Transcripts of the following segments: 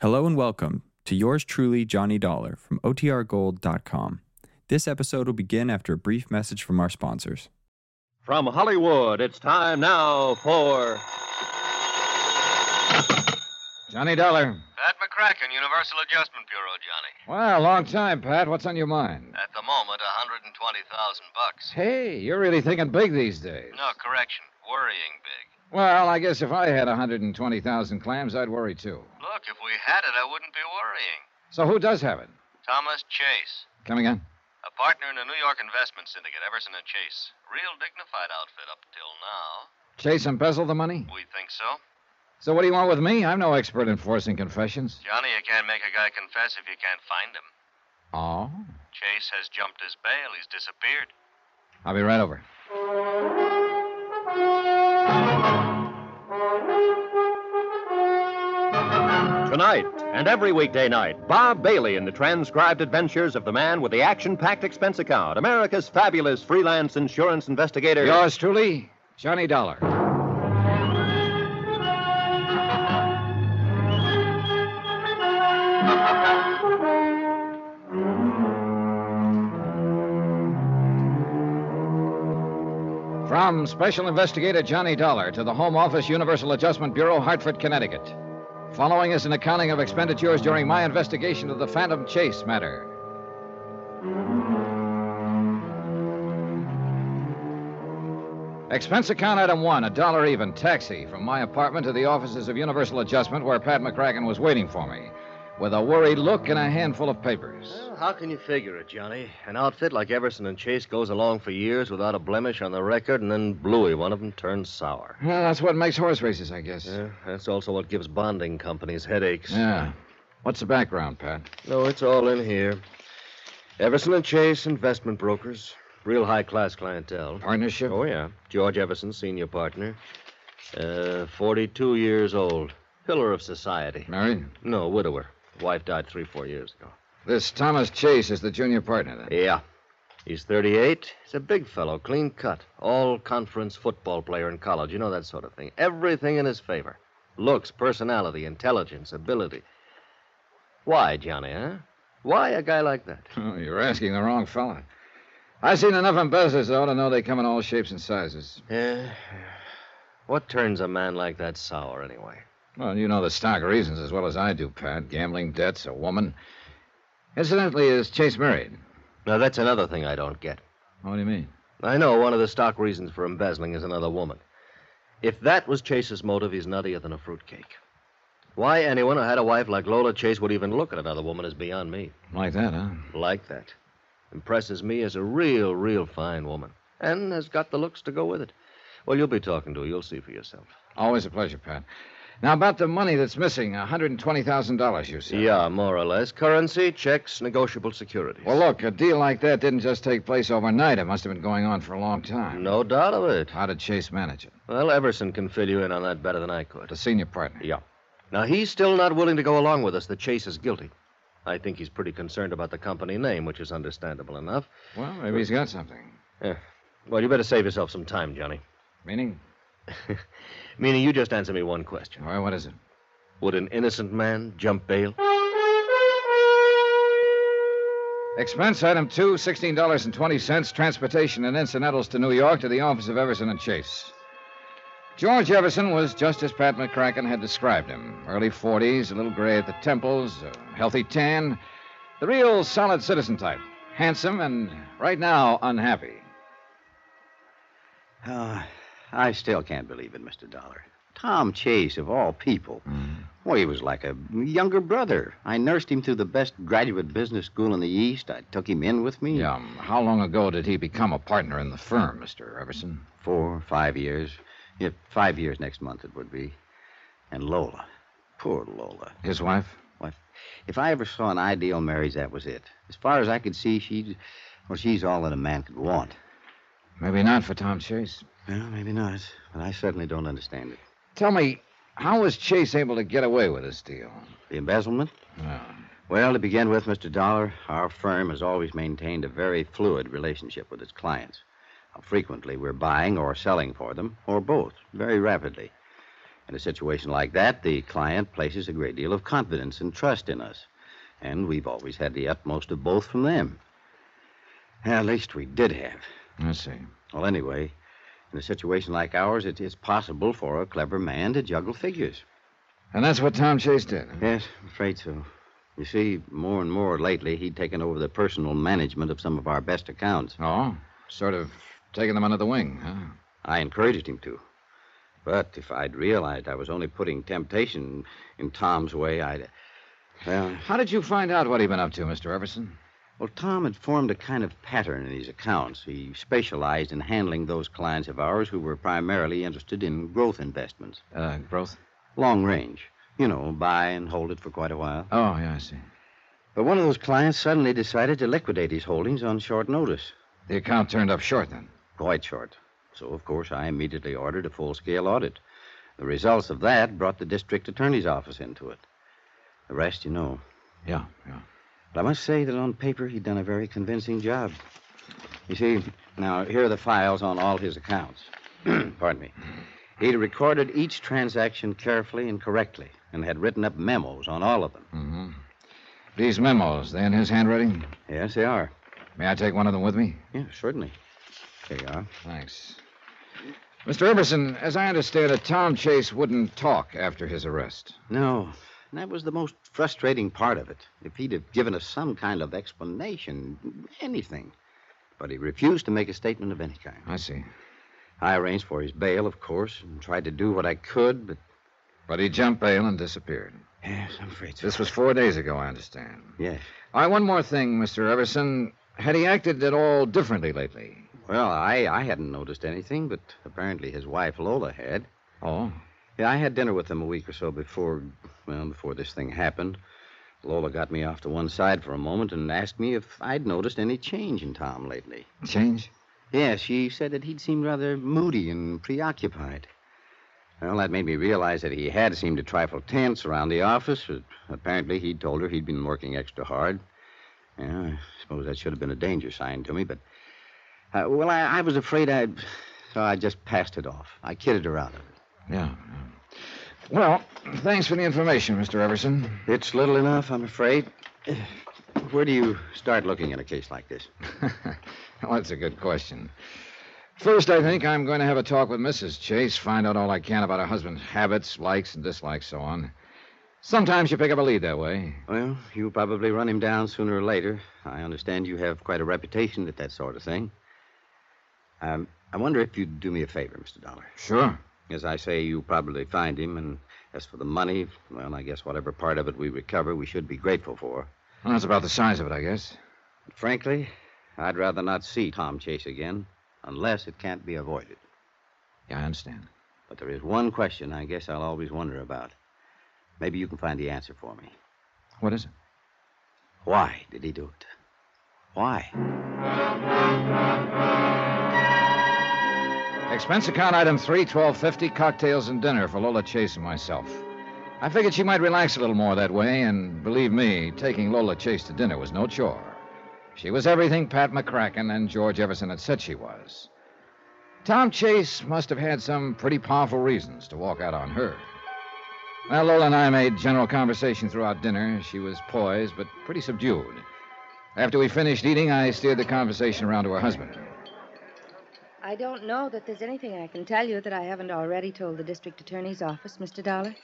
Hello and welcome to yours truly, Johnny Dollar from OTRGold.com. This episode will begin after a brief message from our sponsors. From Hollywood, it's time now for. Johnny Dollar. Pat McCracken, Universal Adjustment Bureau, Johnny. Well, long time, Pat. What's on your mind? At the moment, 120,000 bucks. Hey, you're really thinking big these days. No, correction, worrying big. Well, I guess if I had 120,000 clams, I'd worry too. Look, if we had it, I wouldn't be worrying. So who does have it? Thomas Chase, Coming in? a partner in the New York investment syndicate, Everson and Chase. Real dignified outfit up till now. Chase embezzled the money? We think so. So what do you want with me? I'm no expert in forcing confessions. Johnny, you can't make a guy confess if you can't find him. Oh? Chase has jumped his bail. He's disappeared. I'll be right over. Tonight and every weekday night, Bob Bailey in the transcribed adventures of the man with the action packed expense account, America's fabulous freelance insurance investigator. Yours truly, Johnny Dollar. From Special Investigator Johnny Dollar to the Home Office Universal Adjustment Bureau, Hartford, Connecticut. Following is an accounting of expenditures during my investigation of the Phantom Chase matter. Expense account item one, a dollar even, taxi from my apartment to the offices of Universal Adjustment where Pat McCracken was waiting for me with a worried look and a handful of papers. Well, how can you figure it, Johnny? An outfit like Everson and Chase goes along for years without a blemish on the record, and then Bluey, one of them, turns sour. Well, that's what makes horse races, I guess. Yeah, that's also what gives bonding companies headaches. Yeah. What's the background, Pat? No, it's all in here. Everson and Chase, investment brokers. Real high class clientele. Partnership? Oh, yeah. George Everson, senior partner. Uh, 42 years old. Pillar of society. Married? No, widower. Wife died three, four years ago. This Thomas Chase is the junior partner, then. Yeah. He's 38. He's a big fellow, clean cut. All conference football player in college, you know that sort of thing. Everything in his favor looks, personality, intelligence, ability. Why, Johnny, huh? Why a guy like that? Oh, you're asking the wrong fella. I've seen enough embezzlers, though, to know they come in all shapes and sizes. Yeah. What turns a man like that sour, anyway? Well, you know the stock reasons as well as I do, Pat. Gambling debts, a woman. Incidentally, is Chase married? Now, that's another thing I don't get. What do you mean? I know one of the stock reasons for embezzling is another woman. If that was Chase's motive, he's nuttier than a fruitcake. Why anyone who had a wife like Lola Chase would even look at another woman is beyond me. Like that, huh? Like that. Impresses me as a real, real fine woman. And has got the looks to go with it. Well, you'll be talking to her. You'll see for yourself. Always a pleasure, Pat. Now, about the money that's missing $120,000, you said. Yeah, more or less. Currency, checks, negotiable securities. Well, look, a deal like that didn't just take place overnight. It must have been going on for a long time. No doubt of it. How did Chase manage it? Well, Everson can fill you in on that better than I could. The senior partner. Yeah. Now, he's still not willing to go along with us that Chase is guilty. I think he's pretty concerned about the company name, which is understandable enough. Well, maybe he's got something. Well, you better save yourself some time, Johnny. Meaning? Meaning, you just answer me one question. Why, what is it? Would an innocent man jump bail? Expense item two, $16.20, transportation and incidentals to New York to the office of Everson and Chase. George Everson was just as Pat McCracken had described him early 40s, a little gray at the temples, a healthy tan, the real solid citizen type, handsome and right now unhappy. Uh, I still can't believe it, Mr. Dollar. Tom Chase, of all people. Well, he was like a younger brother. I nursed him through the best graduate business school in the East. I took him in with me. Yeah, um, how long ago did he become a partner in the firm, Mr. Everson? Four, five years. Yeah, five years next month it would be. And Lola. Poor Lola. His wife? If I ever saw an ideal marriage, that was it. As far as I could see, she's, well, she's all that a man could want. Maybe not for Tom Chase. Well, maybe not, but I certainly don't understand it. Tell me, how was Chase able to get away with this deal? Oh, The embezzlement? Yeah. Well, to begin with, Mr. Dollar, our firm has always maintained a very fluid relationship with its clients. Frequently, we're buying or selling for them, or both, very rapidly. In a situation like that, the client places a great deal of confidence and trust in us. And we've always had the utmost of both from them. At least we did have. I see. Well, anyway, in a situation like ours, it, it's possible for a clever man to juggle figures. And that's what Tom Chase did. Yes, I'm afraid so. You see, more and more lately, he'd taken over the personal management of some of our best accounts. Oh, sort of taking them under the wing, huh? I encouraged him to. But if I'd realized I was only putting temptation in Tom's way, I'd. Well, How did you find out what he'd been up to, Mr. Everson? well, Tom had formed a kind of pattern in his accounts. He specialized in handling those clients of ours who were primarily interested in growth investments, Uh, growth? long range. You know, buy and hold it for quite a while. Oh, yeah, I see. But one of those clients suddenly decided to liquidate his holdings on short notice. The account turned up short then. Quite short. So, of course, I immediately ordered a full scale audit. The results of that brought the district attorney's office into it. The rest you know. Yeah, yeah. But I must say that on paper, he'd done a very convincing job. You see, now here are the files on all his accounts. Pardon me. He'd recorded each transaction carefully and correctly and had written up memos on all of them. Mm-hmm. These memos, they in his handwriting? Yes, they are. May I take one of them with me? Yeah, certainly. There you are. Thanks. Mr. Everson, as I understand it, Tom Chase wouldn't talk after his arrest. No. And that was the most frustrating part of it. If he'd have given us some kind of explanation, anything. But he refused to make a statement of any kind. I see. I arranged for his bail, of course, and tried to do what I could, but. But he jumped bail and disappeared. Yes, I'm afraid This was four days ago, I understand. Yes. All right, one more thing, Mr. Everson. Had he acted at all differently lately? Well, I, I hadn't noticed anything, but apparently his wife, Lola, had. Oh. Yeah, I had dinner with them a week or so before, well, before this thing happened. Lola got me off to one side for a moment and asked me if I'd noticed any change in Tom lately. Change? Yes, she said that he'd seemed rather moody and preoccupied. Well, that made me realize that he had seemed a trifle tense around the office. but Apparently, he'd told her he'd been working extra hard. Yeah, I suppose that should have been a danger sign to me, but. Uh, well, I, I was afraid I. So I just passed it off. I kidded her out of it. Yeah. yeah. Well, thanks for the information, Mr. Everson. It's little enough, I'm afraid. Where do you start looking at a case like this? well, that's a good question. First, I think I'm going to have a talk with Mrs. Chase, find out all I can about her husband's habits, likes and dislikes, so on. Sometimes you pick up a lead that way. Well, you'll probably run him down sooner or later. I understand you have quite a reputation at that sort of thing. Um, I wonder if you'd do me a favor, Mr. Dollar. Sure. As I say, you'll probably find him, and as for the money, well, I guess whatever part of it we recover, we should be grateful for. Well, that's about the size of it, I guess. But frankly, I'd rather not see Tom Chase again, unless it can't be avoided. Yeah, I understand. But there is one question I guess I'll always wonder about. Maybe you can find the answer for me. What is it? Why did he do it? Why? Expense account item three, twelve fifty, cocktails and dinner for Lola Chase and myself. I figured she might relax a little more that way, and believe me, taking Lola Chase to dinner was no chore. She was everything Pat McCracken and George Everson had said she was. Tom Chase must have had some pretty powerful reasons to walk out on her. Now, Lola and I made general conversation throughout dinner. She was poised, but pretty subdued. After we finished eating, I steered the conversation around to her husband. I don't know that there's anything I can tell you that I haven't already told the district attorney's office, Mr. Dollar.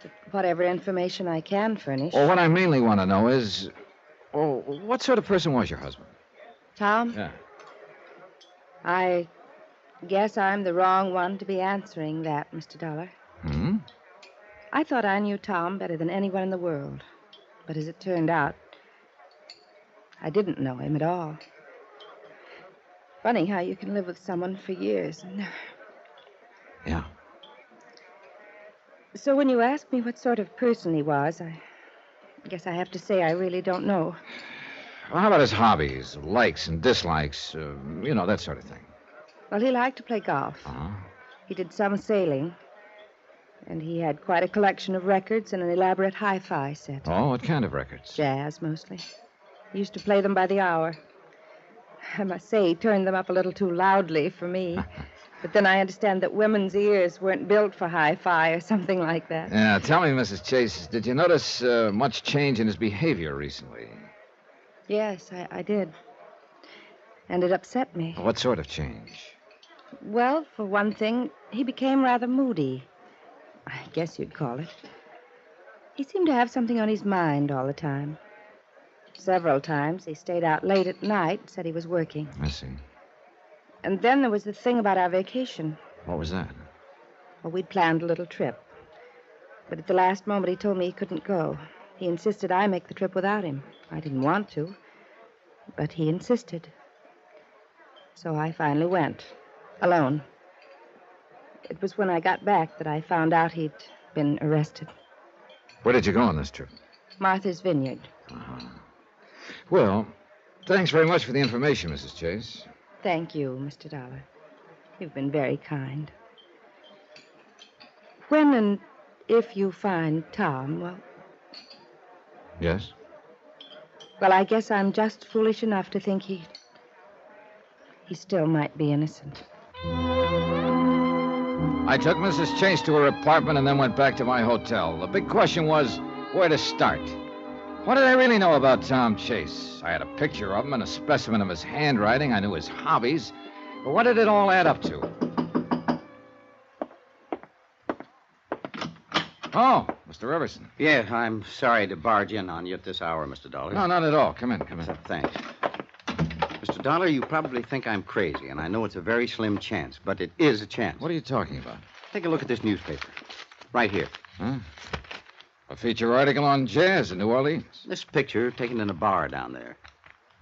But Whatever information I can furnish. Well, what I mainly want to know is, oh, what sort of person was your husband? Tom? Yeah. I guess I'm the wrong one to be answering that, Mr. Dollar. Hmm. I thought I knew Tom better than anyone in the world. But as it turned out, I didn't know him at all. Funny how you can live with someone for years and never. Yeah. So when you asked me what sort of person he was, I guess I have to say I really don't know. Well, how about his hobbies, likes and dislikes, uh, you know that sort of thing. Well, he liked to play golf. Uh-huh. He did some sailing. And he had quite a collection of records and an elaborate hi fi set. Oh, what kind of records? Jazz, mostly. He used to play them by the hour. I must say, he turned them up a little too loudly for me. But then I understand that women's ears weren't built for hi fi or something like that. Now, tell me, Mrs. Chase, did you notice uh, much change in his behavior recently? Yes, I, I did. And it upset me. What sort of change? Well, for one thing, he became rather moody. I guess you'd call it. He seemed to have something on his mind all the time. Several times he stayed out late at night, said he was working. I see. And then there was the thing about our vacation. What was that? Well, we'd planned a little trip. But at the last moment, he told me he couldn't go. He insisted I make the trip without him. I didn't want to, but he insisted. So I finally went, alone. It was when I got back that I found out he'd been arrested. Where did you go on this trip? Martha's Vineyard. Well, thanks very much for the information, Mrs. Chase. Thank you, Mr. Dollar. You've been very kind. When and if you find Tom, well, Yes? well, I guess I'm just foolish enough to think he. he still might be innocent. I took Mrs. Chase to her apartment and then went back to my hotel. The big question was where to start. What did I really know about Tom Chase? I had a picture of him and a specimen of his handwriting. I knew his hobbies. But what did it all add up to? Oh, Mr. Everson. Yeah, I'm sorry to barge in on you at this hour, Mr. Dollar. No, not at all. Come in, come in. So, Thanks. Mr. Dollar, you probably think I'm crazy, and I know it's a very slim chance, but it is a chance. What are you talking about? Take a look at this newspaper. Right here. A feature article on jazz in New Orleans. This picture taken in a bar down there.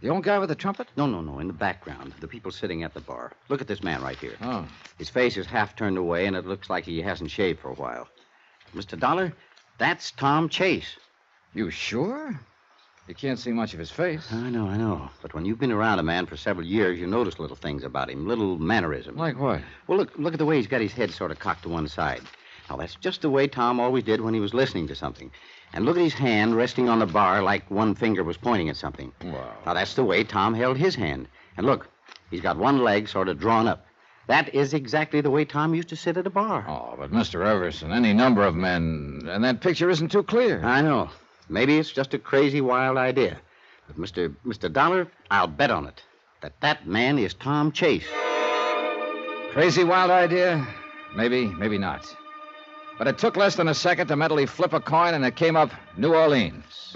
The old guy with the trumpet? No, no, no, in the background, the people sitting at the bar. Look at this man right here. Oh. His face is half turned away, and it looks like he hasn't shaved for a while. Mr. Dollar, that's Tom Chase. You sure? You can't see much of his face. I know, I know. But when you've been around a man for several years, you notice little things about him, little mannerisms. Like what? Well, look, look at the way he's got his head sort of cocked to one side. Now, that's just the way Tom always did when he was listening to something. And look at his hand resting on the bar like one finger was pointing at something. Wow. Now, that's the way Tom held his hand. And look, he's got one leg sort of drawn up. That is exactly the way Tom used to sit at a bar. Oh, but Mr. Everson, any number of men, and that picture isn't too clear. I know. Maybe it's just a crazy, wild idea. But, Mr. Mr. Dollar, I'll bet on it that that man is Tom Chase. Crazy wild idea? Maybe, maybe not. But it took less than a second to mentally flip a coin, and it came up New Orleans.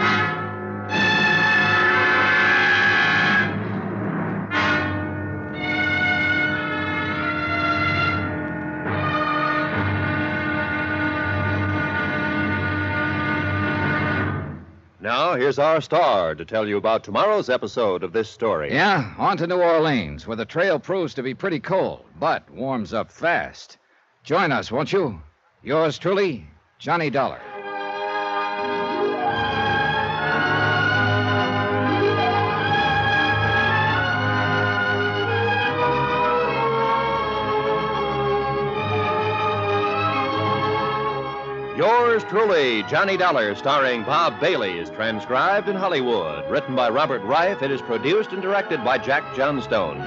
Now, here's our star to tell you about tomorrow's episode of this story. Yeah, on to New Orleans, where the trail proves to be pretty cold, but warms up fast. Join us, won't you? Yours truly, Johnny Dollar. Yours truly, Johnny Dollar, starring Bob Bailey, is transcribed in Hollywood. Written by Robert Reif, it is produced and directed by Jack Johnstone.